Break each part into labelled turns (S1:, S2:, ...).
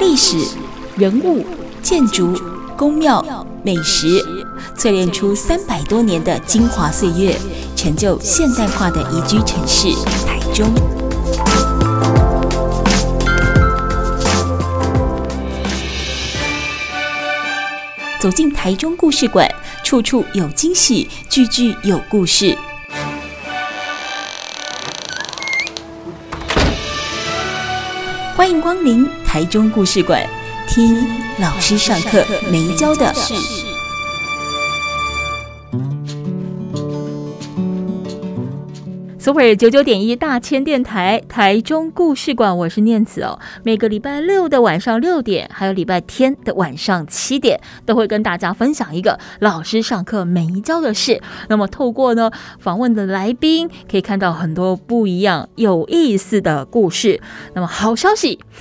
S1: 历史、人物、建筑、宫庙、美食，淬炼出三百多年的精华岁月，成就现代化的宜居城市台中。走进台中故事馆，处处有惊喜，句句有故事。欢迎光临台中故事馆，听老师上课没教的事。苏北尔九九点一大千电台台中故事馆，我是念慈哦。每个礼拜六的晚上六点，还有礼拜天的晚上七点，都会跟大家分享一个老师上课没教的事。那么透过呢访问的来宾，可以看到很多不一样、有意思的故事。那么好消息。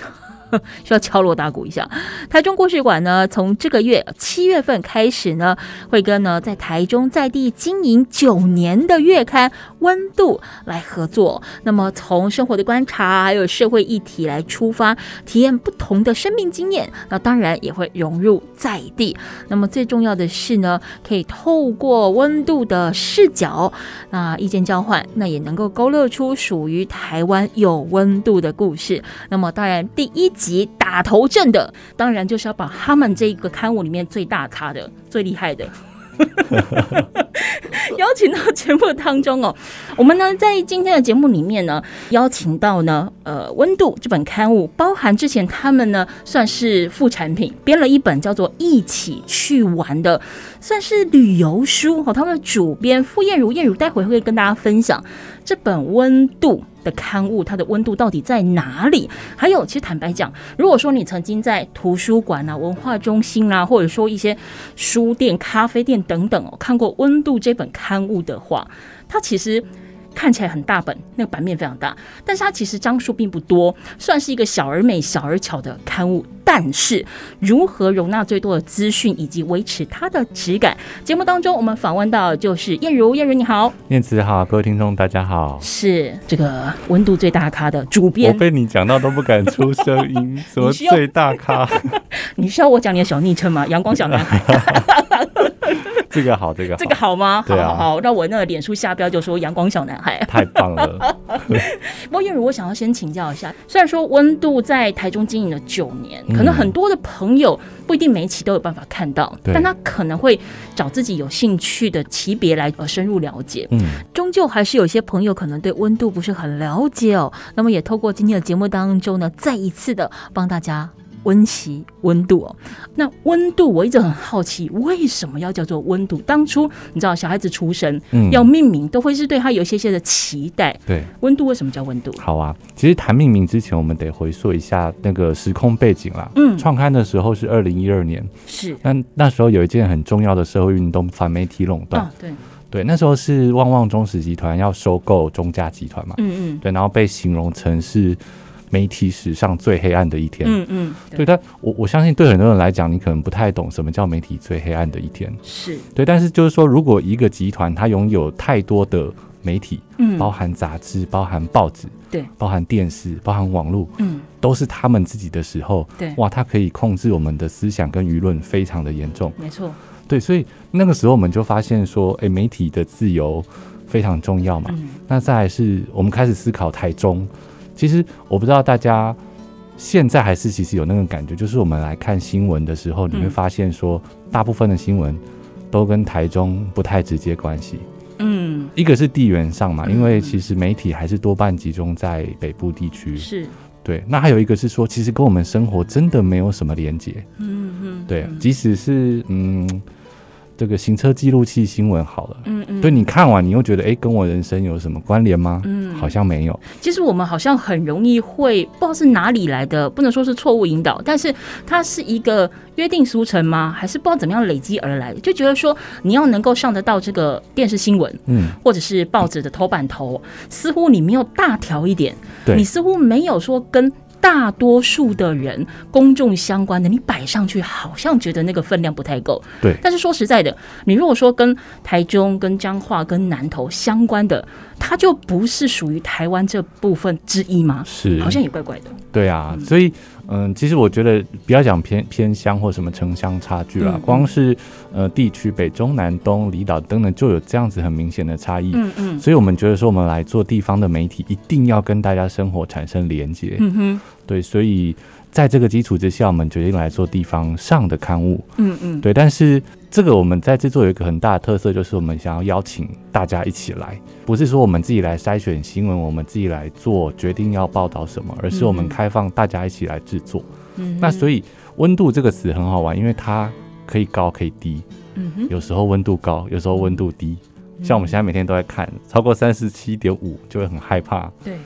S1: 需要敲锣打鼓一下。台中故事馆呢，从这个月七月份开始呢，会跟呢在台中在地经营九年的月刊《温度》来合作。那么从生活的观察，还有社会议题来出发，体验不同的生命经验。那当然也会融入在地。那么最重要的是呢，可以透过温度的视角，那意见交换，那也能够勾勒出属于台湾有温度的故事。那么当然第一集。及打头阵的，当然就是要把他们这个刊物里面最大咖的、最厉害的邀请到节目当中哦。我们呢，在今天的节目里面呢，邀请到呢，呃，《温度》这本刊物，包含之前他们呢算是副产品，编了一本叫做《一起去玩》的，算是旅游书哦。他们的主编傅燕如，燕如待会会跟大家分享这本《温度》。的刊物，它的温度到底在哪里？还有，其实坦白讲，如果说你曾经在图书馆啊、文化中心啦、啊，或者说一些书店、咖啡店等等哦，看过《温度》这本刊物的话，它其实看起来很大本，那个版面非常大，但是它其实章数并不多，算是一个小而美、小而巧的刊物。但是，如何容纳最多的资讯以及维持它的质感？节目当中，我们访问到就是燕如，燕如你好，
S2: 念慈好，各位听众大家好，
S1: 是这个温度最大咖的主编
S2: 我，被你讲到都不敢出声 音，什么最大咖？
S1: 你需要我讲你的小昵称吗？阳光小男孩，
S2: 这个好，这个好
S1: 这个好吗？好
S2: 对啊
S1: 好好，那我那个脸书下标就说阳光小男孩。
S2: 太 棒了，
S1: 不过燕如，我想要先请教一下，虽然说温度在台中经营了九年，可能很多的朋友不一定每一期都有办法看到，
S2: 嗯对
S1: 但他可能会找自己有兴趣的级别来呃深入了解。
S2: 嗯，
S1: 终究还是有些朋友可能对温度不是很了解哦。那么也透过今天的节目当中呢，再一次的帮大家温习温度哦。那温度我一直很好奇，为什么要叫做温度？当初你知道小孩子出生
S2: 嗯
S1: 要命名，都会是对他有一些些的期待。
S2: 对。
S1: 温度为什么叫温度？
S2: 好啊，其实谈命名之前，我们得回溯一下那个时空背景啦。
S1: 嗯
S2: 创刊的时候是二零一二年，
S1: 是
S2: 那那时候有一件很重要的社会运动——反媒体垄断。
S1: 啊，对，
S2: 对，那时候是旺旺中实集团要收购中嘉集团嘛，
S1: 嗯嗯
S2: 对，然后被形容成是媒体史上最黑暗的一天。
S1: 嗯嗯，
S2: 对，，但我我相信对很多人来讲，你可能不太懂什么叫媒体最黑暗的一天。
S1: 是，
S2: 对，但是就是说，如果一个集团它拥有太多的媒体，
S1: 嗯
S2: 包含杂志、包含报纸、
S1: 对，
S2: 包含电视、包含网络，
S1: 嗯
S2: 都是他们自己的时候，
S1: 对，
S2: 哇，它可以控制我们的思想跟舆论，非常的严重。
S1: 没错，
S2: 对，所以那个时候我们就发现说，诶，媒体的自由非常重要嘛。
S1: 嗯
S2: 那再来是我们开始思考台中，其实我不知道大家现在还是其实有那种感觉，就是我们来看新闻的时候，你会
S1: 嗯
S2: 发现说，大部分的新闻都跟台中不太直接关系。
S1: 嗯
S2: 一个是地缘上嘛，
S1: 嗯
S2: 因为其实媒体还是多半集中在北部地区。
S1: 是，
S2: 对，那还有一个是说，其实跟我们生活真的没有什么连结。
S1: 嗯嗯，
S2: 对，即使是嗯，这个行车记录器新闻好了，
S1: 嗯嗯，
S2: 对你看完你又觉得，诶，跟我人生有什么关联吗？
S1: 嗯
S2: 好像没有。
S1: 其实我们好像很容易会不知道是哪里来的，不能说是错误引导，但是它是一个约定俗成吗？还是不知道怎么样累积而来的？就觉得说你要能够上得到这个电视新闻
S2: 嗯，
S1: 或者是报纸的头版头，似乎你没有大条一点，
S2: 对
S1: 你似乎没有说跟。大多数的人，公众相关的，你摆上去好像觉得那个分量不太够。
S2: 对
S1: 但是说实在的，你如果说跟台中、跟彰化、跟南投相关的，
S3: 它就不是属于台湾这部分之一吗？
S2: 是，
S3: 好像也怪怪的。
S2: 对啊，所以嗯，其实我觉得不要讲偏偏乡或什么城乡差距啦，
S3: 嗯嗯
S2: 光是呃地区北中南东离岛等等就有这样子很明显的差异。
S3: 嗯嗯
S2: 所以，我们觉得说，我们来做地方的媒体，一定要跟大家生活产生连接。
S3: 嗯哼，
S2: 对，所以在这个基础之下，我们决定来做地方上的刊物。
S3: 嗯嗯，
S2: 对，但是这个我们在制作有一个很大的特色，就是我们想要邀请大家一起来，不是说我们自己来筛选新闻，我们自己来做决定要报道什么，而是我们
S3: 嗯
S2: 开放大家一起来制作。
S3: 嗯哼
S2: 那所以“温度”这个词很好玩，因为它可以高可以低，
S3: 嗯哼，
S2: 有时候温度高，有时候温度低。
S3: 嗯
S2: 像我们现在每天都在看，超过三十七点五就会很害怕。
S3: 对，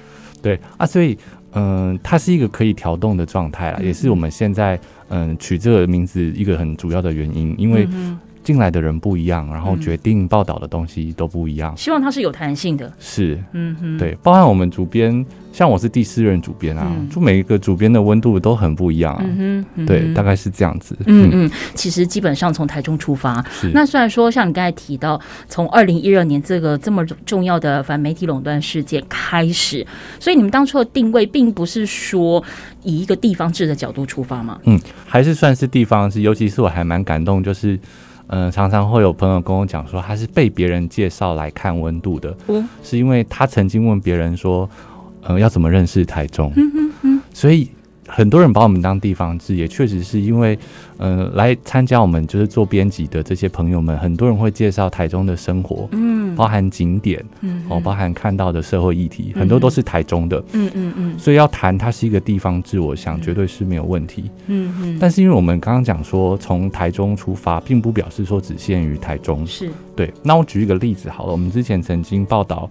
S2: 对啊，所以嗯、它是一个可以调动的状态
S3: 嗯
S2: 啦，也是我们现在嗯、取这个名字一个很主要的原因，因为
S3: 嗯哼
S2: 进来的人不一样，然后
S3: 嗯
S2: 决定报道的东西都不一样。
S3: 希望它是有弹性的。
S2: 是
S3: 嗯哼，
S2: 对，包含我们主编，像我是第四任主编啊，
S3: 嗯
S2: 就每一个主编的温度都很不一样啊。
S3: 嗯哼，嗯哼，
S2: 对，大概是这样子。
S3: 嗯，嗯，其实基本上从台中出发，
S2: 是。
S3: 那虽然说像你刚才提到，从二零一二年这个这么重要的反媒体垄断事件开始，所以你们当初的定位并不是说以一个地方制的角度出发嘛？
S2: 嗯，还是算是地方是，尤其是我还蛮感动，就是。嗯，常常会有朋友跟我讲说，他是被别人介绍来看温度的，
S3: 哦
S2: 是因为他曾经问别人说，呃，要怎么认识台中？嗯嗯嗯。所以很多人把我们当地方志，也确实是因为，嗯、来参加我们就是做编辑的这些朋友们，很多人会介绍台中的生活，嗯，包含景点，嗯，哦，包含看到的社会议题，很多都是台中的，
S3: 嗯嗯嗯
S2: 所以要谈它是一个地方志，我想绝对是没有问题。
S3: 嗯嗯，
S2: 但是因为我们刚刚讲说从台中出发，并不表示说只限于台中。
S3: 是，
S2: 对，那我举一个例子好了，我们之前曾经报道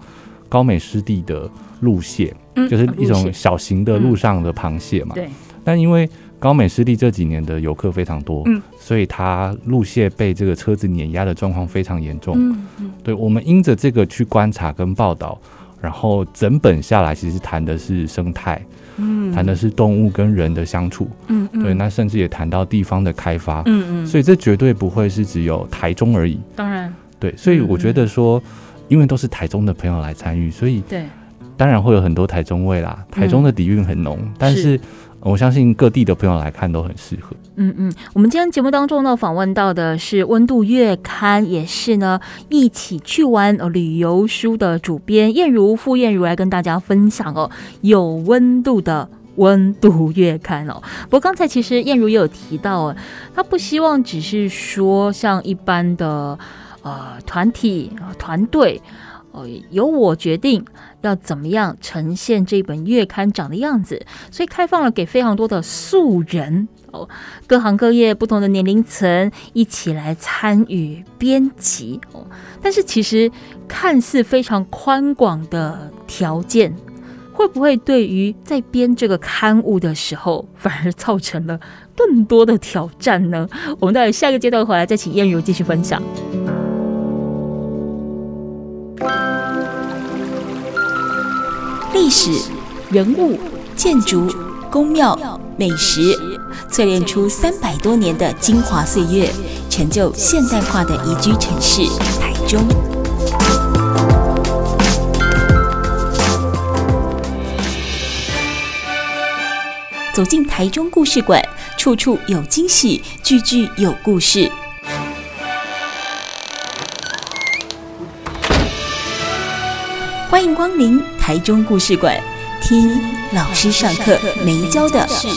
S2: 高美湿地的路蟹，
S3: 嗯
S2: 就是一
S3: 路
S2: 种
S3: 线嗯
S2: 小型的路上的螃蟹嘛。
S3: 对，
S2: 但因为高美湿地这几年的游客非常多，
S3: 嗯
S2: 所以它路蟹被这个车子碾压的状况非常严重。
S3: 嗯嗯
S2: 对，我们因着这个去观察跟报道，然后整本下来其实谈的是生态，
S3: 嗯
S2: 谈的是动物跟人的相处。
S3: 嗯嗯，
S2: 对，那甚至也谈到地方的开发，
S3: 嗯嗯，
S2: 所以这绝对不会是只有台中而已。
S3: 当然
S2: 对，所以我觉得说，因为都是台中的朋友来参与，所以
S3: 对，
S2: 当然会有很多台中味啦。台中的底蕴很
S1: 嗯
S2: 浓，但
S3: 是
S2: 是呃我相信各地的朋友来看都很适合。
S1: 嗯嗯，我们今天节目当中呢，访问到的是《温度月刊》，也是呢一起去玩呃旅游书的主编燕如傅燕如来跟大家分享哦，有温度的。温度月刊哦，不过刚才其实燕如也有提到哦，她不希望只是说像一般的呃团体呃团队，呃由我决定要怎么样呈现这本月刊长的样子，所以开放了给非常多的素人哦，各行各业、不同的年龄层一起来参与编辑哦。但是其实看似非常宽广的条件，会不会对于在编这个刊物的时候，反而造成了更多的挑战呢？我们待会下个阶段回来再请燕如继续分享。
S4: 历史、人物、建筑、宫庙、美食，淬炼出三百多年的精华岁月，成就现代化的宜居城市台中。走进台中故事馆，处处有惊喜，句句有故事。欢迎光临台中故事馆，听老师上课没教的事。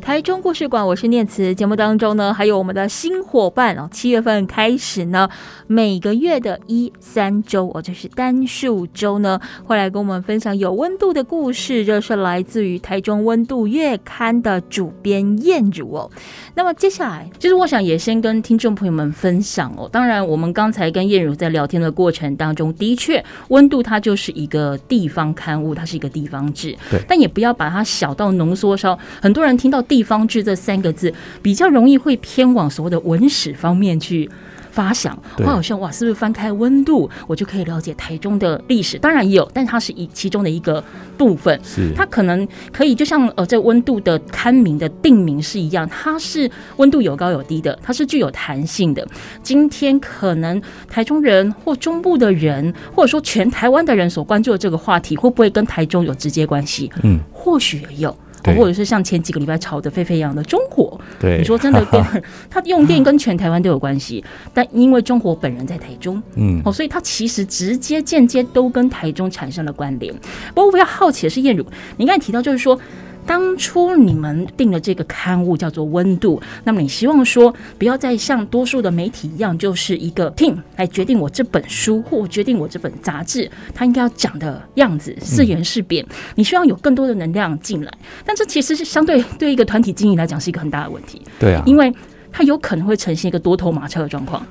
S1: 台中故事馆，我是念慈。节目当中呢，还有我们的新伙伴哦，七月份开始呢，每个月的一三周哦，就是单数周呢，会来跟我们分享有温度的故事。这是来自于台中温度月刊的主编燕如哦。那么接下来，
S3: 其实我想也先跟听众朋友们分享哦。当然，我们刚才跟燕如在聊天的过程当中，的确，温度它就是一个地方刊物，它是一个地方志。
S2: 对
S3: 但也不要把它小到浓缩到很多人听到“地方志”这三个字，比较容易会偏往所谓的文史方面去。
S1: 发想，我
S2: 对
S1: 好像哇，是不是翻开温度，我就可以了解台中的历史？当然也有，但它是一其中的一个部分。
S2: 是
S1: 它可能可以就像呃，这温度的刊名的定名是一样，它是温度有高有低的，它是具有弹性的。今天可能台中人或中部的人，或者说全台湾的人所关注的这个话题，会不会跟台中有直接关系？
S2: 嗯，
S1: 或许也有。
S2: 对
S1: 或者是像前几个礼拜炒得沸沸扬扬的中火，
S2: 对，
S1: 你说真 的跟它用电跟全台湾都有关系，但因为中火本人在台中，
S2: 嗯
S1: 哦，所以它其实直接间接都跟台中产生了关联。不过我比较好奇的是，燕如，你刚才提到就是说。当初你们定了这个刊物叫做《温度》，那么你希望说不要再像多数的媒体一样，就是一个 team 来决定我这本书或我决定我这本杂志它应该要讲的样子，四言是变。你希望有更多的能量进来，但这其实是相对对一个团体经营来讲是一个很大的问题。
S2: 对啊，
S1: 因为它有可能会呈现一个多头马车的状况。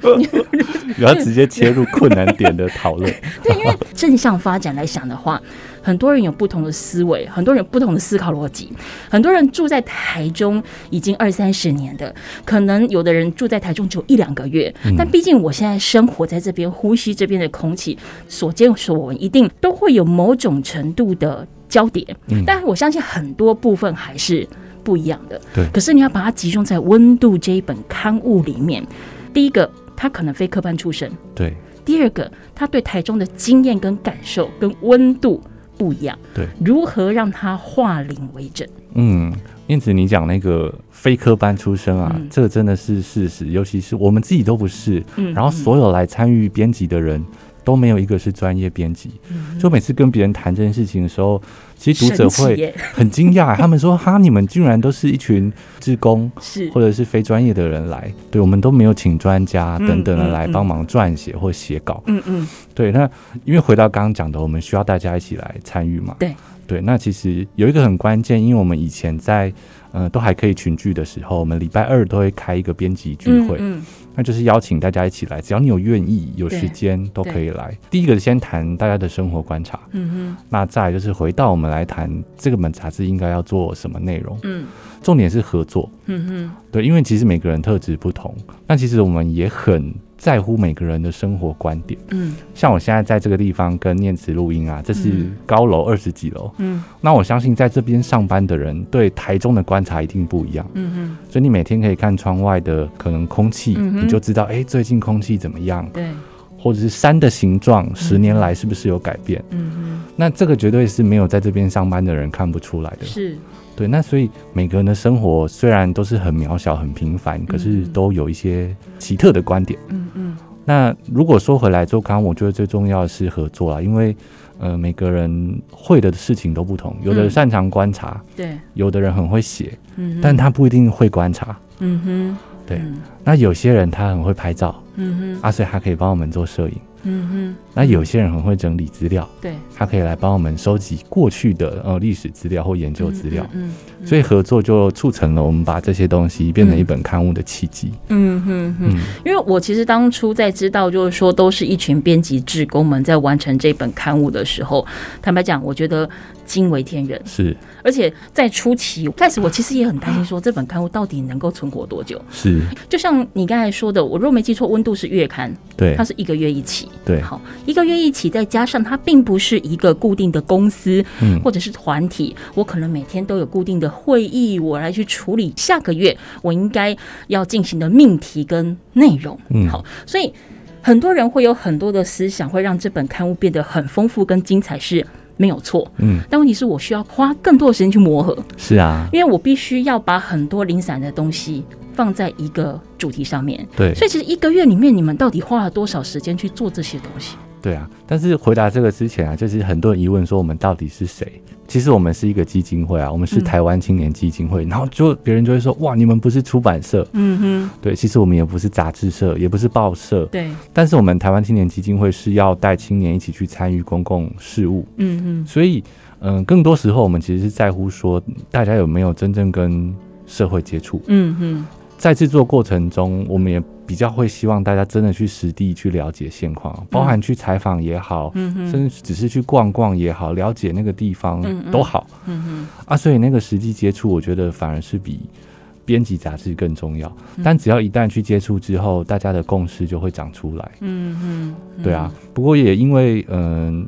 S2: 不要直接切入困难点的讨论，
S1: 对，因为正向发展来想的话，很多人有不同的思维，很多人有不同的思考逻辑，很多人住在台中已经二三十年的，可能有的人住在台中只有一两个月，但毕竟我现在生活在这边，呼吸这边的空气，所见所闻一定都会有某种程度的交叠，
S2: 嗯
S1: 但我相信很多部分还是不一样的。
S2: 对
S1: 可是你要把它集中在《温度》这一本刊物里面，第一个，他可能非科班出身。
S2: 嗯对
S1: 第二个，他对台中的经验跟感受跟温度不一样，
S2: 对，
S1: 如何让他化零为整？
S2: 嗯，燕子，你讲那个非科班出身啊，
S1: 嗯
S2: 这个真的是事实，尤其是我们自己都不是，
S1: 嗯
S2: 然后所有来参与编辑的人都没有一个是专业编辑，就每次跟别人谈这件事情的时候，其实读者
S1: 嗯神奇
S2: 会
S1: 耶
S2: 很惊讶，他们说：“哈，你们竟然都是一群志工
S1: 是
S2: 或者是非专业的人来，对我们都没有请专家
S1: 嗯
S2: 等等的来
S1: 嗯嗯
S2: 帮忙撰写或写稿。
S1: 嗯嗯，
S2: 对，那因为回到刚刚讲的，我们需要大家一起来参与嘛。
S1: 对
S2: 对，那其实有一个很关键，因为我们以前在呃都还可以群聚的时候，我们礼拜二都会开一个编辑聚会，
S1: 嗯
S2: 那就是邀请大家一起来，只要你有愿意、有
S1: 对
S2: 时间都可以来。第一个先谈大家的生活观察，
S1: 嗯
S2: 那再来就是回到我们来谈这个本杂志应该要做什么内容，
S1: 嗯
S2: 重点是合作。
S1: 嗯嗯
S2: 对，因为其实每个人特质不同，那其实我们也很在乎每个人的生活观点。
S1: 嗯
S2: 像我现在在这个地方跟念慈录音啊，这是
S1: 嗯
S2: 高楼二十几楼。
S1: 嗯
S2: 那我相信在这边上班的人对台中的观察一定不一样，
S1: 嗯
S2: 所以你每天可以看窗外的可能空气，
S1: 嗯哼
S2: 你就知道诶最近空气怎么样，
S1: 对，
S2: 或者是山的形状十年来是不是有改变。
S1: 嗯
S2: 那这个绝对是没有在这边上班的人看不出来的
S1: 嗯。是，
S2: 对，那所以每个人的生活虽然都是很渺小、很平凡，可是都有一些奇特的观点。
S1: 嗯嗯
S2: 那如果说回来做刚刚我觉得最重要的是合作啦，因为呃每个人会的事情都不同，有的
S1: 嗯
S2: 人擅长观察，
S1: 对，
S2: 有的人很会写，
S1: 嗯
S2: 但他不一定会观察。
S1: 嗯哼
S2: 对，那有些人他很会拍照，
S1: 嗯哼
S2: 啊，所以他可以帮我们做摄影。
S1: 嗯哼
S2: 那有些人很会整理资料，
S1: 嗯对，
S2: 他可以来帮我们收集过去的呃历史资料或研究资料。
S1: 嗯
S2: 所以合作就促成了我们把这些东西变成一本刊物的契机。
S1: 嗯哼哼。
S2: 嗯，
S1: 因为我其实当初在知道，就是说都是一群编辑志工们在完成这本刊物的时候，坦白讲，我觉得惊为天人。
S2: 是
S1: 而且在初期开始，我其实也很担心，说这本刊物到底能够存活多久？
S2: 是，
S1: 就像你刚才说的，我若没记错，温度是月刊，
S2: 对
S1: 它是一个月一期。
S2: 对，
S1: 好，一个月一期，再加上它并不是一个固定的公司
S2: 嗯
S1: 或者是团体，我可能每天都有固定的会议，我来去处理下个月我应该要进行的命题跟内容。
S2: 嗯
S1: 好，所以很多人会有很多的思想，会让这本刊物变得很丰富跟精彩，是没有错。
S2: 嗯，
S1: 但问题是我需要花更多的时间去磨合，
S2: 是啊，
S1: 因为我必须要把很多零散的东西放在一个主题上面。
S2: 对
S1: 所以其实一个月里面，你们到底花了多少时间去做这些东西？
S2: 对啊。但是回答这个之前啊，就是很多人疑问说我们到底是谁？其实我们是一个基金会啊，我们是
S1: 嗯
S2: 台湾青年基金会。然后就别人就会说哇，你们不是出版社？
S1: 嗯哼，
S2: 对，其实我们也不是杂志社，也不是报社，
S1: 对，
S2: 但是我们台湾青年基金会是要带青年一起去参与公共事务。
S1: 嗯哼，
S2: 所以，嗯、更多时候我们其实是在乎说，大家有没有真正跟社会接触。
S1: 嗯哼，
S2: 在制作过程中，我们也比较会希望大家真的去实地去了解现况，包含去采访也好，
S1: 嗯哼，
S2: 甚至只是去逛逛也好，了解那个地方
S1: 嗯嗯
S2: 都好
S1: 嗯哼，
S2: 啊。所以那个实际接触，我觉得反而是比编辑杂志更重要。
S1: 嗯
S2: 但只要一旦去接触之后，大家的共识就会长出来。
S1: 嗯嗯，
S2: 对啊，不过也因为嗯、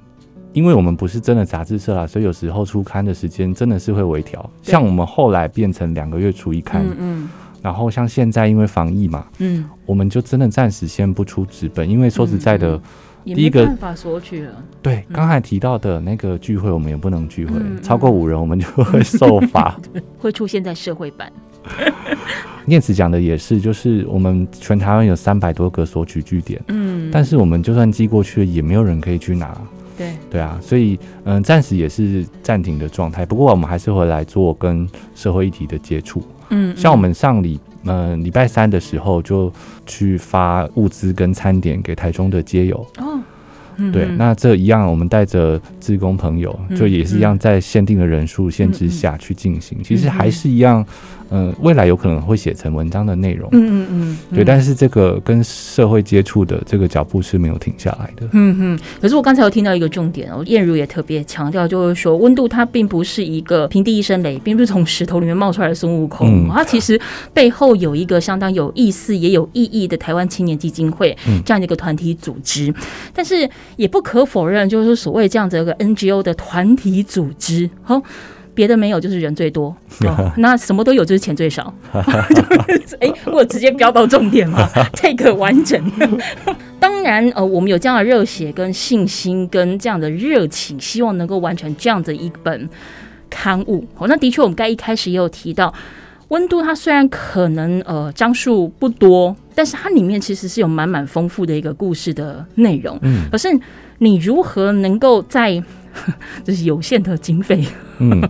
S2: 因为我们不是真的杂志社啦，所以有时候出刊的时间真的是会微调。
S1: 对
S2: 像我们后来变成两个月出一刊，
S1: 嗯，嗯
S2: 然后像现在因为防疫嘛，
S1: 嗯
S2: 我们就真的暂时先不出纸本，因为说实在的，
S1: 嗯，也
S2: 第
S1: 没
S2: 一个
S1: 办法索取了，
S2: 对刚才提到的那个聚会，我们也不能聚会，
S1: 嗯嗯
S2: 超过五人我们就会受罚。
S5: 会出现在社会版。
S2: 念慈讲的也是，就是我们全台湾有三百多个索取据点，
S1: 嗯，
S2: 但是我们就算寄过去，也没有人可以去拿。
S1: 对，
S2: 对啊，所以嗯，暂时也是暂停的状态。不过我们还是会来做跟社会议题的接触，
S1: 嗯，
S2: 像我
S1: 们
S2: 们上礼嗯礼拜三的时候就去发物资跟餐点给台中的街友。
S1: 哦，
S2: 对，
S1: 嗯
S2: 那这一样，我们带着志工朋友，
S1: 嗯
S2: 就也是一样，在限定的人数限制下去进行。其
S1: 嗯
S2: 实还是一样，嗯、未来有可能会写成文章的内容，
S1: 嗯嗯嗯嗯，
S2: 对。但是这个跟社会接触的这个脚步是没有停下来的。
S1: 嗯嗯，可是我刚才有听到一个重点哦，燕如也特别强调，就是说温度它并不是一个平地一声雷，并不是从石头里面冒出来的孙悟空，
S2: 嗯
S1: 它其实背后有一个相当有意思也有意义的台湾青年基金会
S2: 嗯
S1: 这样的一个团体组织。但是也不可否认，就是说所谓这样子一个 NGO 的团体组织，哦。别的没有，就是人最多。 哦、那什么都有，就是钱最少。 就是哎、我有直接飙到重点 嘛，take 完整。当然，呃，我们有这样的热血、跟信心、跟这样的热情，希望能够完成这样的一本刊物。哦，那的确，我们该一开始也有提到，温度它虽然可能呃章数不多，但是它里面其实是有满满丰富的一个故事的内容。
S2: 嗯
S1: 可是你如何能够在呃就是有限的经费
S2: 嗯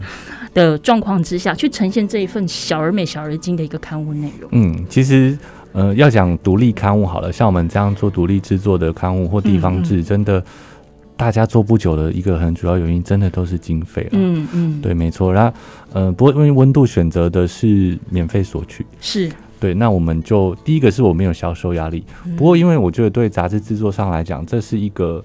S1: 的状况之下，去呈现这一份小而美、小而精的一个刊物内容？
S2: 嗯，其实。呃，要讲独立刊物好了，像我们这样做独立制作的刊物或地
S1: 嗯
S2: 方志，真的大家做不久的一个很主要原因，真的都是经费了。
S1: 嗯嗯，，
S2: 对，没错。然后，呃，不过因为温度选择的是免费索取，
S1: 是。
S2: 对，那我们就第一个是我没有销售压力，
S1: 嗯
S2: 不过因为我觉得对杂志制作上来讲，这是一个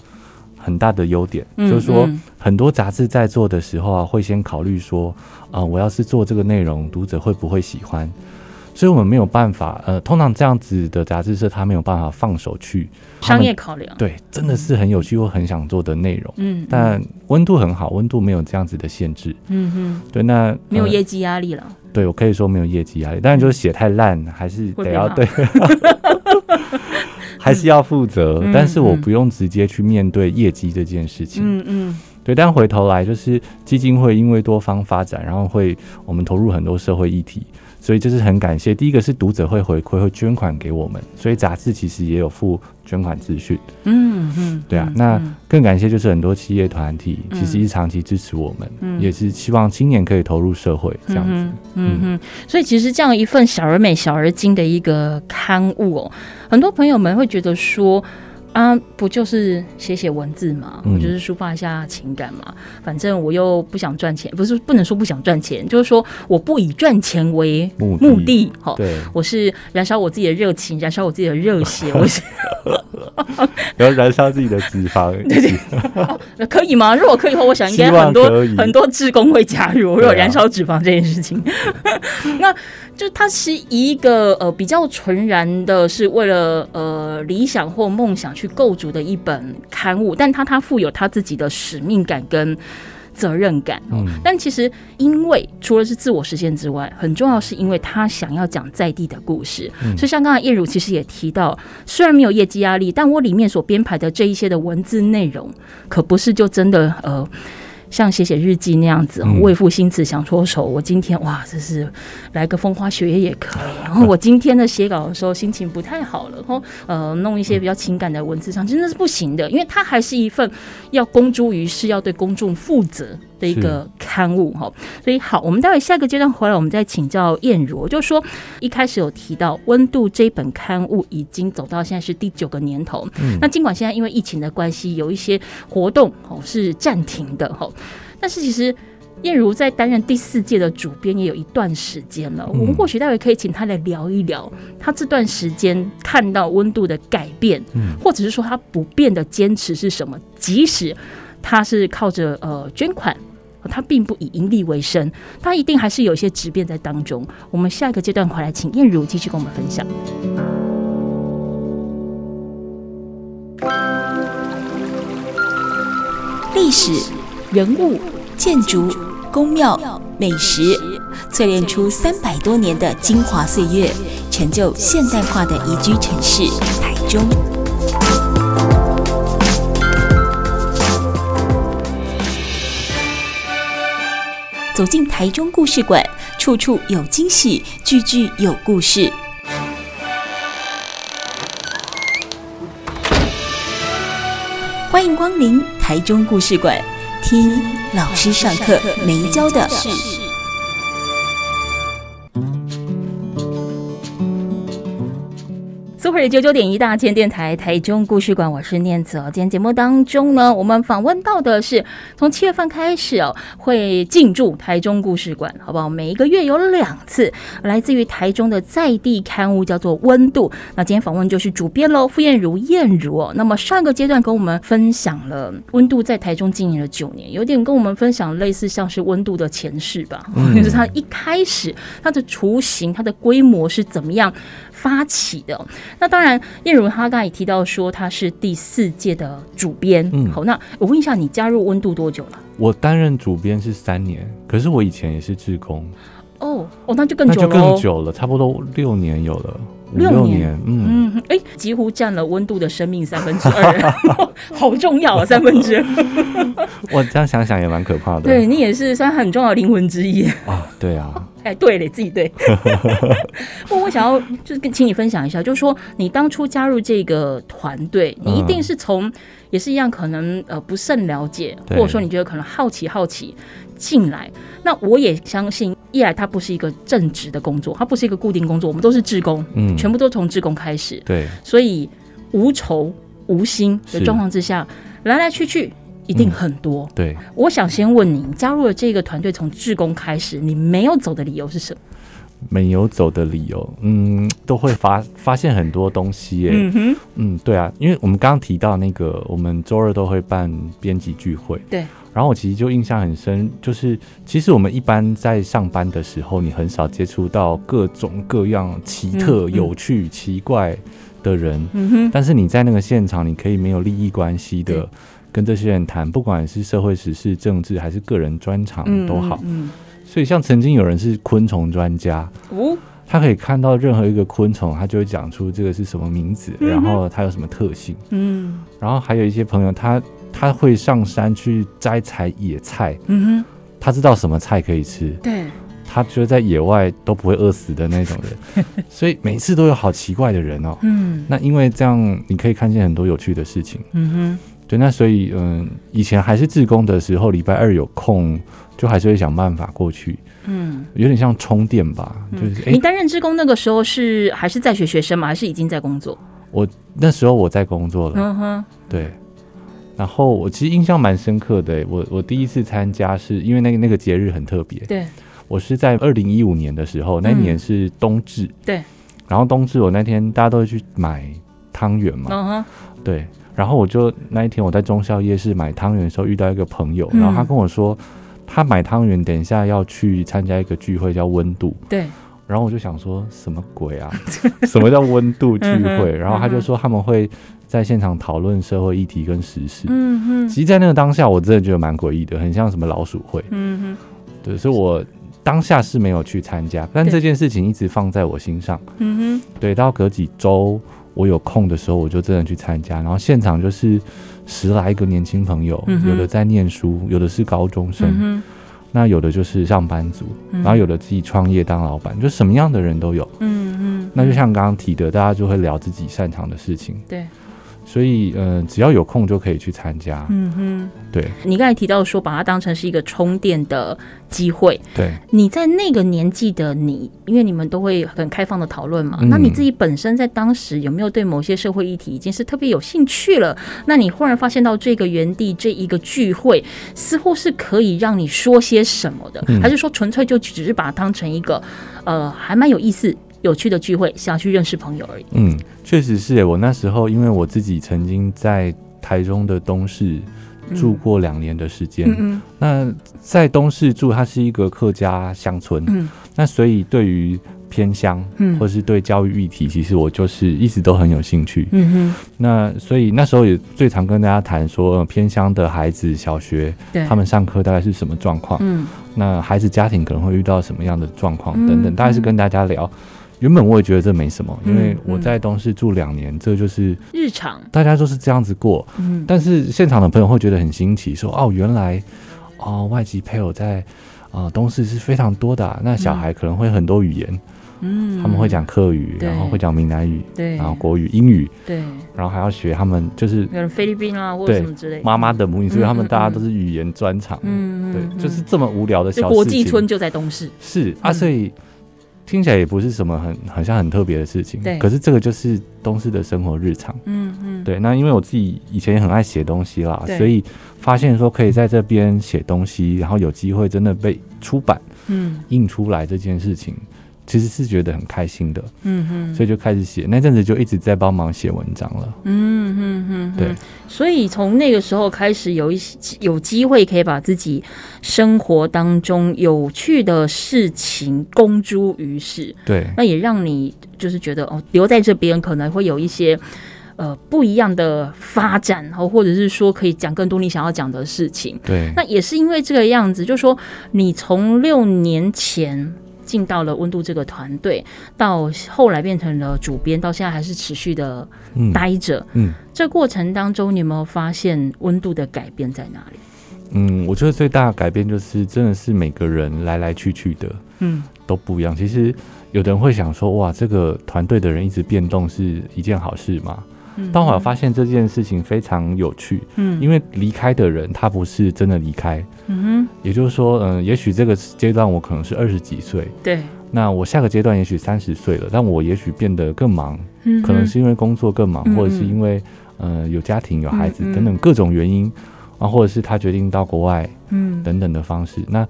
S2: 很大的优点，
S1: 嗯
S2: 就是说
S1: 嗯
S2: 很多杂志在做的时候啊，会先考虑说啊、我要是做这个内容，读者会不会喜欢？所以我们没有办法，呃，通常这样子的杂志社他没有办法放手去他
S1: 商
S2: 们
S1: 业考量。
S2: 对，真的是很有趣或很想做的内容。
S1: 嗯，
S2: 但温度很好，温度没有这样子的限制。
S1: 嗯嗯，
S2: 对，那、
S1: 没有
S2: 呃
S1: 业绩压力了。
S2: 对我可以说没有业绩压力，当然就是写太烂，还是
S1: 会
S2: 得
S1: 被
S2: 要
S1: 骂
S2: 对， 还是要负责。
S1: 嗯
S2: 但是我
S1: 嗯
S2: 不用直接去面对业绩这件事情。
S1: 嗯嗯
S2: 对，但回头来就是基金会因为多方发展，然后会我们投入很多社会议题，所以就是很感谢。第一个是读者会回馈，会捐款给我们，所以杂志其实也有附捐款资讯。
S1: 嗯嗯，
S2: 对啊
S1: 嗯
S2: 那
S1: 嗯
S2: 更感谢就是很多企业团体
S1: 嗯
S2: 其实是长期支持我们，
S1: 嗯
S2: 也是希望青年可以投入社会这样子。
S1: 嗯哼嗯哼，所以其实这样一份小而美、小而精的一个刊物哦，很多朋友们会觉得说。啊，不就是写写文字嘛，
S2: 嗯
S1: 我就是抒发一下情感嘛。反正我又不想赚钱，不是不能说不想赚钱，就是说我不以赚钱为
S2: 目的
S1: 目的，好，
S2: 对，
S1: 我是燃烧我自己的热情，燃烧我自己的热 血，我是
S2: 然后燃烧自己的 脂肪。
S1: 呃可以吗？如果可以的话，我想应该
S2: 希望
S1: 很多
S2: 可以
S1: 很多志工会加入。如
S2: 对
S1: 果
S2: 啊
S1: 燃烧脂肪这件事情， 那就它是一个呃比较纯然的，是为了呃理想或梦想去构筑的一本刊物，但它它富有它自己的使命感跟。责任感哦，
S2: 嗯
S1: 但其实因为除了是自我实现之外，很重要是因为他想要讲在地的故事，所以像刚才燕如其实也提到，虽然没有业绩压力，但我里面所编排的这一些的文字内容，可不是就真的呃。像写写日记那样子，
S2: 嗯
S1: 为赋新词强说愁。我今天哇，这是来个风花雪月也可以。然后我今天的写稿的时候心情不太好了，然后呃弄一些比较情感的文字上，真的是不行的，因为它还是一份要公诸于世、要对公众负责的一个刊物哈。所以好，我们待会下个阶段回来，我们再请教燕如。我就说一开始有提到《温度》这本刊物已经走到现在是第九个年头，那尽管现在因为疫情的关系，有一些活动哦是暂停的哦，但是其实。燕如在担任第四届的主编也有一段时间了，我们
S2: 嗯
S1: 或许待会可以请她来聊一聊，她这段时间看到温度的改变，
S2: 嗯
S1: 或者是说她不变的坚持是什么？即使她是靠着呃捐款
S3: 哦它并不以盈利为生，它一定还是有一些质变在当中。我们下一个阶段回来，请燕如继续跟我们分享。
S4: 历史、人物、建筑、宫庙、美食，淬炼出三百多年的精华岁月，成就现代化的宜居城市台中。走进台中故事馆，处处有惊喜，句句有故事。欢迎光临台中故事馆，听老师上课没教的事。
S1: Super 九九点一大千电台台中故事馆，我是念子哦。今天节目当中呢，我们访问到的是从七月份开始哦，会进驻台中故事馆，好不好？每一个月有两次，来自于台中的在地刊物，叫做《温度》。那今天访问就是主编喽，傅燕如燕如哦。那么上个阶段跟我们分享了《温度》在台中经营了九年，有点跟我们分享类似像是《温度》的前世吧，就是它一开始它的雏形、它的规模是怎么样发起的哦、那当然，燕如她刚才也提到说她是第四届的主编。
S2: 嗯
S1: 好，那我问一下，你加入温度多久了？
S2: 我担任主编是三年，可是我以前也是志工，
S1: 哦哦，那就更
S2: 那
S1: 久
S2: 就
S1: 了、
S2: 更。久了，差不多六年有了，五
S1: 六
S2: 六
S1: 年
S2: 年，嗯，
S1: 嗯，哎、几乎占了温度的生命三分之二， 好重要啊，三分之二。
S2: 我这样想想也蛮可怕的。
S1: 对你也是算很重要的灵魂之一。
S2: 啊，对啊，
S1: 哎，对嘞，自己 对。我我想要就是跟请你分享一下，就是说你当初加入这个团队，你一
S2: 嗯
S1: 定是从、也是一样，可能呃不甚了解，或
S2: 对
S1: 者说你觉得可能好奇好奇进来。那我也相信，一来它不是一个正职的工作，它不是一个固定工作，我们都是志工，
S2: 嗯，
S1: 全部都从志工开始，
S2: 对，
S1: 所以无酬无薪的
S2: 是
S1: 状况之下，来来去去一定
S2: 嗯
S1: 很多。
S2: 对，
S1: 我想先问你，你加入了这个团队从志工开始，你没有走的理由是什么？
S2: 没有走的理由，嗯，都会发发现很多东西耶、
S1: 哼，
S2: 嗯，对啊，因为我们刚刚提到那个，我们周二都会办编辑聚会，
S1: 对。
S2: 然后我其实就印象很深，就是其实我们一般在上班的时候，你很少接触到各种各样奇特、
S1: 嗯嗯
S2: 有趣、奇怪的人，
S1: 嗯哼，
S2: 但是你在那个现场，你可以没有利益关系的
S1: 对
S2: 跟这些人谈，不管是社会时事、政治还是个人专长都好。
S1: 嗯，
S2: 所以像曾经有人是昆虫专家，
S1: 哦，
S2: 他可以看到任何一个昆虫，他就会讲出这个是什么名字，
S1: 嗯哼
S2: 然后它有什么特性。
S1: 嗯
S2: 然后还有一些朋友，他他会上山去摘采野菜，
S1: 嗯哼，
S2: 他知道什么菜可以吃，
S1: 对，
S2: 他觉得在野外都不会饿死的那种 人。所以每次都有好奇怪的人哦。
S1: 嗯
S2: 那因为这样，你可以看见很多有趣的事情。
S1: 嗯
S2: 对，那所以嗯，以前还是志工的时候，礼拜二有空，就还是会想办法过去，
S1: 哼，嗯，
S2: 有点像充电吧。就是哎、
S1: 你担任志工那个时候是还是在学学生吗？还是已经在工作？
S2: 那时候我在工作了，
S1: 嗯哼，
S2: 对。然后我其实印象蛮深刻的，我我第一次参加是因为那个那个节日很特别，
S1: 对，
S2: 我是在二零一五年的时候，那一年是冬至，
S1: 嗯对。
S2: 然后冬至我那天大家都会去买汤圆嘛，
S1: 嗯哼，
S2: 对，然后我就那一天我在中校夜市买汤圆的时候遇到一个朋友，
S1: 嗯
S2: 然后他跟我说，他买汤圆，等一下要去参加一个聚会叫温度，
S1: 对，
S2: 然后我就想说什么鬼啊， 什么叫温度聚
S1: 嗯
S2: 会？
S1: 哼
S2: 然后他
S1: 嗯
S2: 就
S1: 哼
S2: 说他们会在现场讨论社会议题跟时事。
S1: 嗯哼，
S2: 其实，在那个当下，我真的觉得蛮诡异的，很像什么老鼠会。
S1: 嗯
S2: 对，所以我当下是没有去参加，但
S1: 对
S2: 这件事情一直放在我心上。
S1: 哼，嗯哼，
S2: 对，到隔几周我有空的时候，我就真的去参加。然后现场就是十来个年轻朋友，
S1: 嗯哼
S2: 有的在念书，有的是高中生，
S1: 嗯
S2: 那有的就是上班族，
S1: 哼，
S2: 然后有的自己创业当老板，就什么样的人都有。
S1: 嗯嗯，
S2: 那就像刚刚提的，大家就会聊自己擅长的事情。
S1: 对，
S2: 所以嗯、呃只要有空就可以去参加。
S1: 嗯哼，
S2: 对
S1: 你刚才提到说把它当成是一个充电的机会，
S2: 对，
S1: 你在那个年纪的你，因为你们都会很开放的讨论嘛，
S2: 嗯
S1: 那你自己本身在当时有没有对某些社会议题已经是特别有兴趣了？那你忽然发现到这个园地这一个聚会，似乎是可以让你说些什么的，
S2: 嗯
S1: 还是说纯粹就只是把它当成一个呃还蛮有意思、有趣的聚会，想要去认识朋友而已？
S2: 嗯，确实是耶。我那时候因为我自己曾经在台中的东市住过两年的时间。
S3: 嗯
S2: 那在东市住，它是一个客家乡村，
S3: 嗯
S2: 那所以对于偏乡
S3: 嗯
S2: 或是对教育议题，其实我就是一直都很有兴趣。
S3: 嗯
S2: 那所以那时候也最常跟大家谈说，呃偏乡的孩子小学
S3: 哼，对，
S2: 他们上课大概是什么状况，
S3: 嗯
S2: 那孩子家庭可能会遇到什么样的状况
S3: 嗯
S2: 等等，大概是跟大家聊。原本我也觉得这没什么，因为
S3: 嗯
S2: 我在东市住两年，这就是
S1: 日常
S2: 大家都是这样子过。
S3: 嗯
S2: 但是现场的朋友会觉得很新奇，说哦，原来哦外籍配偶在啊、呃东市是非常多的啊、那小孩可能会很多语言，
S3: 嗯
S2: 他们会讲客语，
S3: 对
S2: 然后会讲闽南语，
S3: 对，
S2: 然后国语、英语，
S3: 对，
S2: 然后还要学他们就是
S1: 有人菲律宾啊，或者
S2: 对
S1: 什么之类的，
S2: 妈妈的母语，所以他
S3: 嗯
S2: 们
S3: 嗯
S2: 大家都是语言专长。
S3: 嗯
S2: 对，就是这么无聊的
S3: 就
S2: 小
S3: 国
S2: 事
S3: 际
S2: 情，
S3: 村就在东市，
S2: 是啊，
S3: 嗯
S2: 所以听起来也不是什么很好像很特别的事情
S3: 对。
S2: 可是这个就是东市的生活日常。
S3: 嗯嗯，
S2: 对，那因为我自己以前也很爱写东西啦
S3: 对，
S2: 所以发现说可以在这边写东西，然后有机会真的被出版
S3: 嗯
S2: 印出来这件事情，其实是觉得很开心的，
S3: 嗯嗯，
S2: 所以就开始写。那阵子就一直在帮忙写文章了。
S3: 嗯嗯嗯，
S2: 对，
S1: 所以从那个时候开始，有一些有机会可以把自己生活当中有趣的事情公诸于世，
S2: 对，
S1: 那也让你就是觉得哦，留在这边可能会有一些呃不一样的发展，哦，或者是说可以讲更多你想要讲的事情。
S2: 对，
S1: 那也是因为这个样子，就说你从六年前。进到了温度这个团队，到后来变成了主编，到现在还是持续的
S2: 嗯
S1: 待着。
S2: 嗯
S1: 这过程当中，你有没有发现温度的改变在哪里？
S2: 嗯，我觉得最大的改变就是，真的是每个人来来去去的
S3: 嗯
S2: 都不一样。其实有的人会想说，哇，这个团队的人一直变动是一件好事吗？
S3: 嗯，
S2: 但我发现这件事情非常有趣，
S3: 嗯，
S2: 因为离开的人他不是真的离开，
S3: 嗯
S2: 也就是说，嗯、也许这个阶段我可能是二十几岁，
S3: 哼，对，
S2: 那我下个阶段也许三十岁了，但我也许变得更忙，
S3: 嗯
S2: 可能是因为工作更忙，
S3: 嗯嗯
S2: 或者是因为呃有家庭、有孩子
S3: 嗯嗯
S2: 等等各种原因，啊，或者是他决定到国外
S3: 嗯，
S2: 等等的方式。那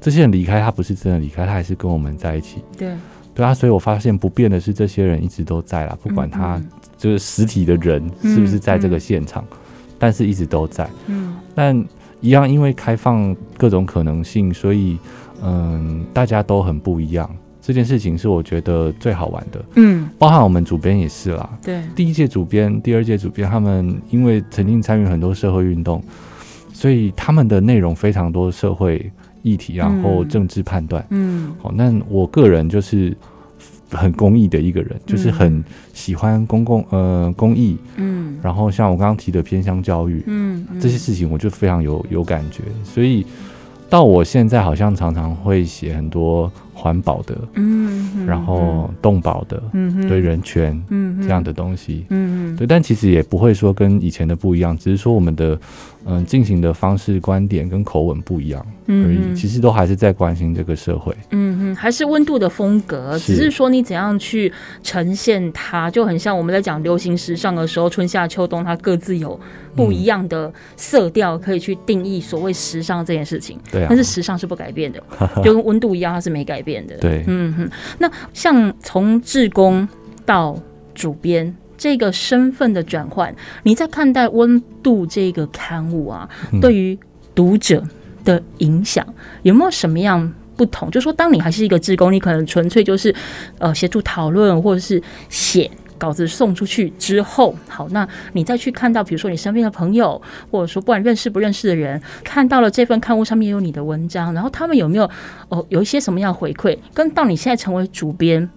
S2: 这些人离开，他不是真的离开，他还是跟我们在一起。
S3: 对，
S2: 对啊，所以我发现不变的是，这些人一直都在啦，不管
S1: 嗯
S2: 他就是实体的人是不是在这个现场，但是一直都在。
S3: 嗯
S2: 但一样，因为开放各种可能性，所以嗯，大家都很不一样。这件事情是我觉得最好玩的，
S3: 嗯，
S2: 包含我们主编也是啦。
S3: 对，
S2: 第一届主编、第二届主编，他们因为曾经参与很多社会运动，所以他们的内容非常多社会议题，然后政治判断。
S3: 嗯
S2: 好，那我个人就是很公益的一个人，就是很喜欢公共呃公益，
S3: 嗯
S2: 然后像我刚刚提的偏乡教育，
S3: 嗯，
S2: 这些事情我就非常有有感觉，所以到我现在好像常常会写很多环保的，
S3: 嗯，
S2: 然后动保的，
S3: 嗯
S2: 对人权
S3: 嗯
S2: 这样，的东西。
S3: 嗯嗯，
S2: 对，但其实也不会说跟以前的不一样，只是说我们的嗯进行的方式、观点跟口吻不一样而
S1: 嗯
S2: 已。其实都还是在关心这个社会。
S1: 嗯嗯，还是温度的风格，
S2: 是
S1: 只是说你怎样去呈现它，就很像我们在讲流行时尚的时候，春夏秋冬它各自有不一样的色调，可以去定义所谓时尚这件事情。
S2: 对啊
S1: 但，是时尚是不改 变的，就跟温度一样，它是没改变的。
S2: 对
S1: 嗯哼，那像从志工到主编这个身份的转换，你在看待《温度》这个刊物啊，
S2: 嗯
S1: 对于读者的影响有没有什么样？不同，就说当你还是一个志工，你可能纯粹就是，呃，协助讨论或者是写稿子送出去之后，好，那你再去看到，比如说你身边的朋友，或者说不管认识不认识的人，看到了这份刊物上面有你的文章，然后他们有没有哦，有一些什么样的回馈，跟到你现在成为主编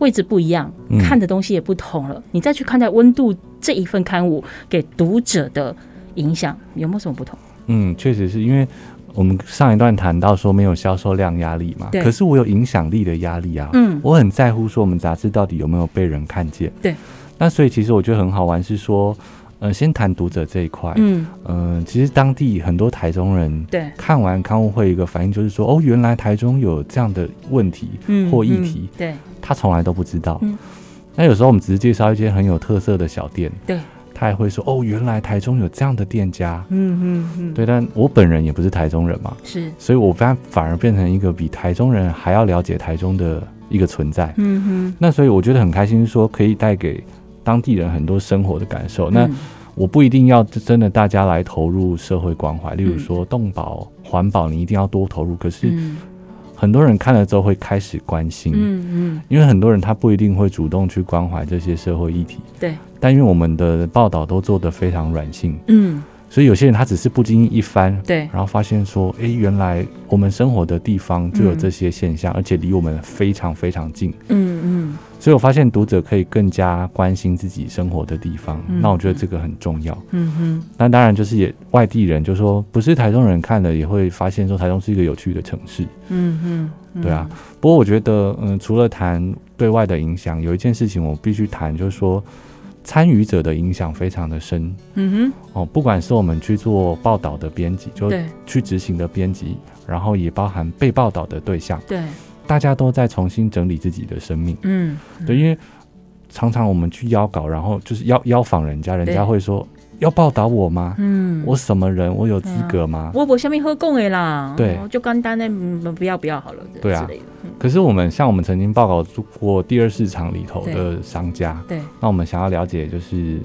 S1: 位置不一样，
S2: 嗯
S1: 看的东西也不同了，你再去看待《温度》这一份刊物给读者的影响，有没有什么不同？
S2: 嗯，确实是因为我们上一段谈到说没有销售量压力嘛，
S3: 对
S2: 可是我有影响力的压力啊。
S1: 嗯
S2: 我很在乎说我们杂志到底有没有被人看见。
S3: 对，
S2: 那所以其实我觉得很好玩，是说，呃，先谈读者这一块，
S1: 嗯，
S2: 嗯、其实当地很多台中人
S3: 对，
S2: 看完刊物会有一个反应，就是说，哦，原来台中有这样的问题
S3: 嗯
S2: 或议题，
S3: 对，
S2: 他从来都不知道。
S3: 嗯
S2: 那有时候我们只是介绍一些很有特色的小店，
S3: 对，
S2: 他也会说，哦，原来台中有这样的店家。
S3: 嗯嗯嗯，
S2: 对，但我本人也不是台中人嘛，
S3: 是，
S2: 所以我反反而变成一个比台中人还要了解台中的一个存在。
S3: 嗯
S2: 那所以我觉得很开心，说可以带给当地人很多生活的感受。
S3: 哼，
S2: 那我不一定要真的大家来投入社会关怀，例如说动保、环保，你一定要多投入。可是
S3: 嗯
S2: 很多人看了之后会开始关心，
S3: 嗯嗯，
S2: 因为很多人他不一定会主动去关怀这些社会议题。
S3: 对，
S2: 但因为我们的报道都做得非常软性，
S3: 嗯
S2: 所以有些人他只是不经意一翻，
S3: 对，
S2: 然后发现说，诶，原来我们生活的地方就有这些现象，而且离我们非常非常近。
S3: 嗯嗯
S2: 所以我发现读者可以更加关心自己生活的地方，
S3: 嗯
S2: 那我觉得这个很重要。
S3: 嗯哼，
S2: 那当然就是也外地人，就说不是台中人看了也会发现说台中是一个有趣的城市，
S3: 嗯嗯，
S2: 对啊。不过我觉得，嗯，除了谈对外的影响，有一件事情我必须谈，就是说参与者的影响非常的深
S3: 嗯
S2: 哦，不管是我们去做报道的编辑，
S3: 哼，
S2: 就
S3: 对
S2: 去执行的编辑，然后也包含被报道的对象，
S3: 对，
S2: 大家都在重新整理自己的生命。
S3: 嗯
S2: 对，因为常常我们去邀稿，然后就是邀邀访人家，人
S3: 对
S2: 家会说要报道我吗？
S3: 嗯，啊
S2: 我什么人？我有资格吗？
S3: 我无虾米好讲的啦，
S2: 对
S3: 哦就简单的嗯不要不要好了，
S2: 对啊
S3: 之类的，嗯
S2: 可是我们像我们曾经报告过第二市场里头
S3: 对
S2: 的商家，
S3: 对，
S2: 那我们想要了解就是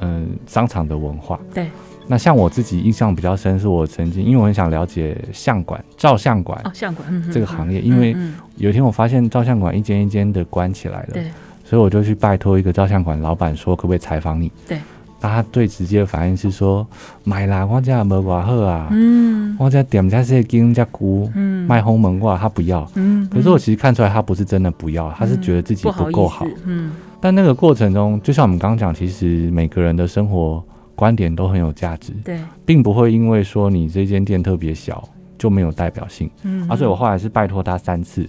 S2: 嗯商场的文化。
S3: 对。
S2: 那像我自己印象比较深，是我曾经因为我很想了解相馆、照相馆
S3: 哦，相馆嗯
S2: 这个
S3: 嗯
S2: 行业，
S3: 嗯
S2: 因为
S3: 嗯
S2: 有一天我发现照相馆一间一间的关起来了，
S3: 对，
S2: 所以我就去拜托一个照相馆老板说，可不可以采访你？
S3: 对，
S2: 那他最直接的反应是说，买啦，我家没外好啊，
S3: 嗯
S2: 我家点家是金家菇，
S3: 嗯
S2: 卖红门挂他不要。
S3: 嗯，
S2: 可是我其实看出来，他不是真的不要，他是觉得自己
S3: 好
S2: 不够好
S3: 意。思，嗯
S2: 但那个过程中，就像我们刚刚讲，其实每个人的生活观点都很有价值，
S3: 对，
S2: 并不会因为说你这间店特别小就没有代表性。
S3: 嗯
S2: 啊，所以我后来是拜托他三次，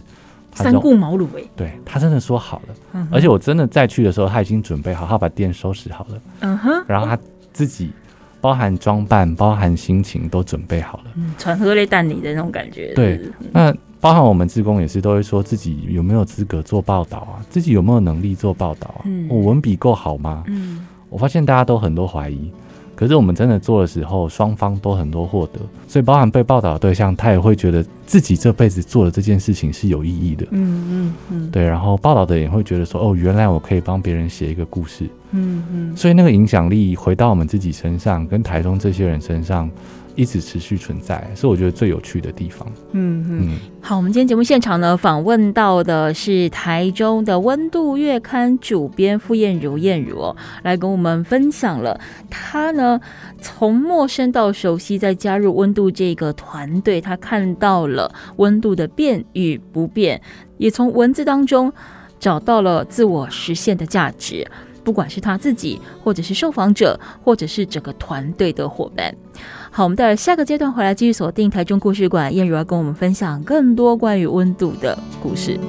S2: 他
S3: 三
S2: 就
S3: 顾茅庐哎，
S2: 对他真的说好了。
S3: 嗯哼
S2: 而且我真的再去的时候，他已经准备好，他把店收拾好了，
S3: 嗯哼，
S2: 然后他自己包含装扮、包含心情都准备好了。
S3: 嗯传喝类蛋你的那种感觉，
S2: 对
S3: 是不是，
S2: 那包含我们志工也是都会说自己有没有资格做报道啊，自己有没有能力做报道啊，
S3: 嗯
S2: 我文笔够好吗？
S3: 嗯
S2: 我发现大家都很多怀疑。可是我们真的做的时候，双方都很多获得，所以包含被报道的对象，他也会觉得自己这辈子做的这件事情是有意义的，
S3: 嗯嗯嗯
S2: 对。然后报道的人也会觉得说，哦，原来我可以帮别人写一个故事，
S3: 嗯嗯，
S2: 所以那个影响力回到我们自己身上，跟台中这些人身上，一直持续存在，是我觉得最有趣的地方。
S3: 嗯嗯。
S2: 嗯，
S1: 好，我们今天节目现场呢，访问到的是台中的《温度月刊》主编傅燕如燕如哦，来跟我们分享了他呢从陌生到熟悉，再加入温度这个团队，他看到了温度的变与不变，也从文字当中找到了自我实现的价值。不管是他自己，或者是受访者，或者是整个团队的伙伴，好，我们待会下个阶段回来继续锁定台中故事馆，燕如要跟我们分享更多关于温度的故事。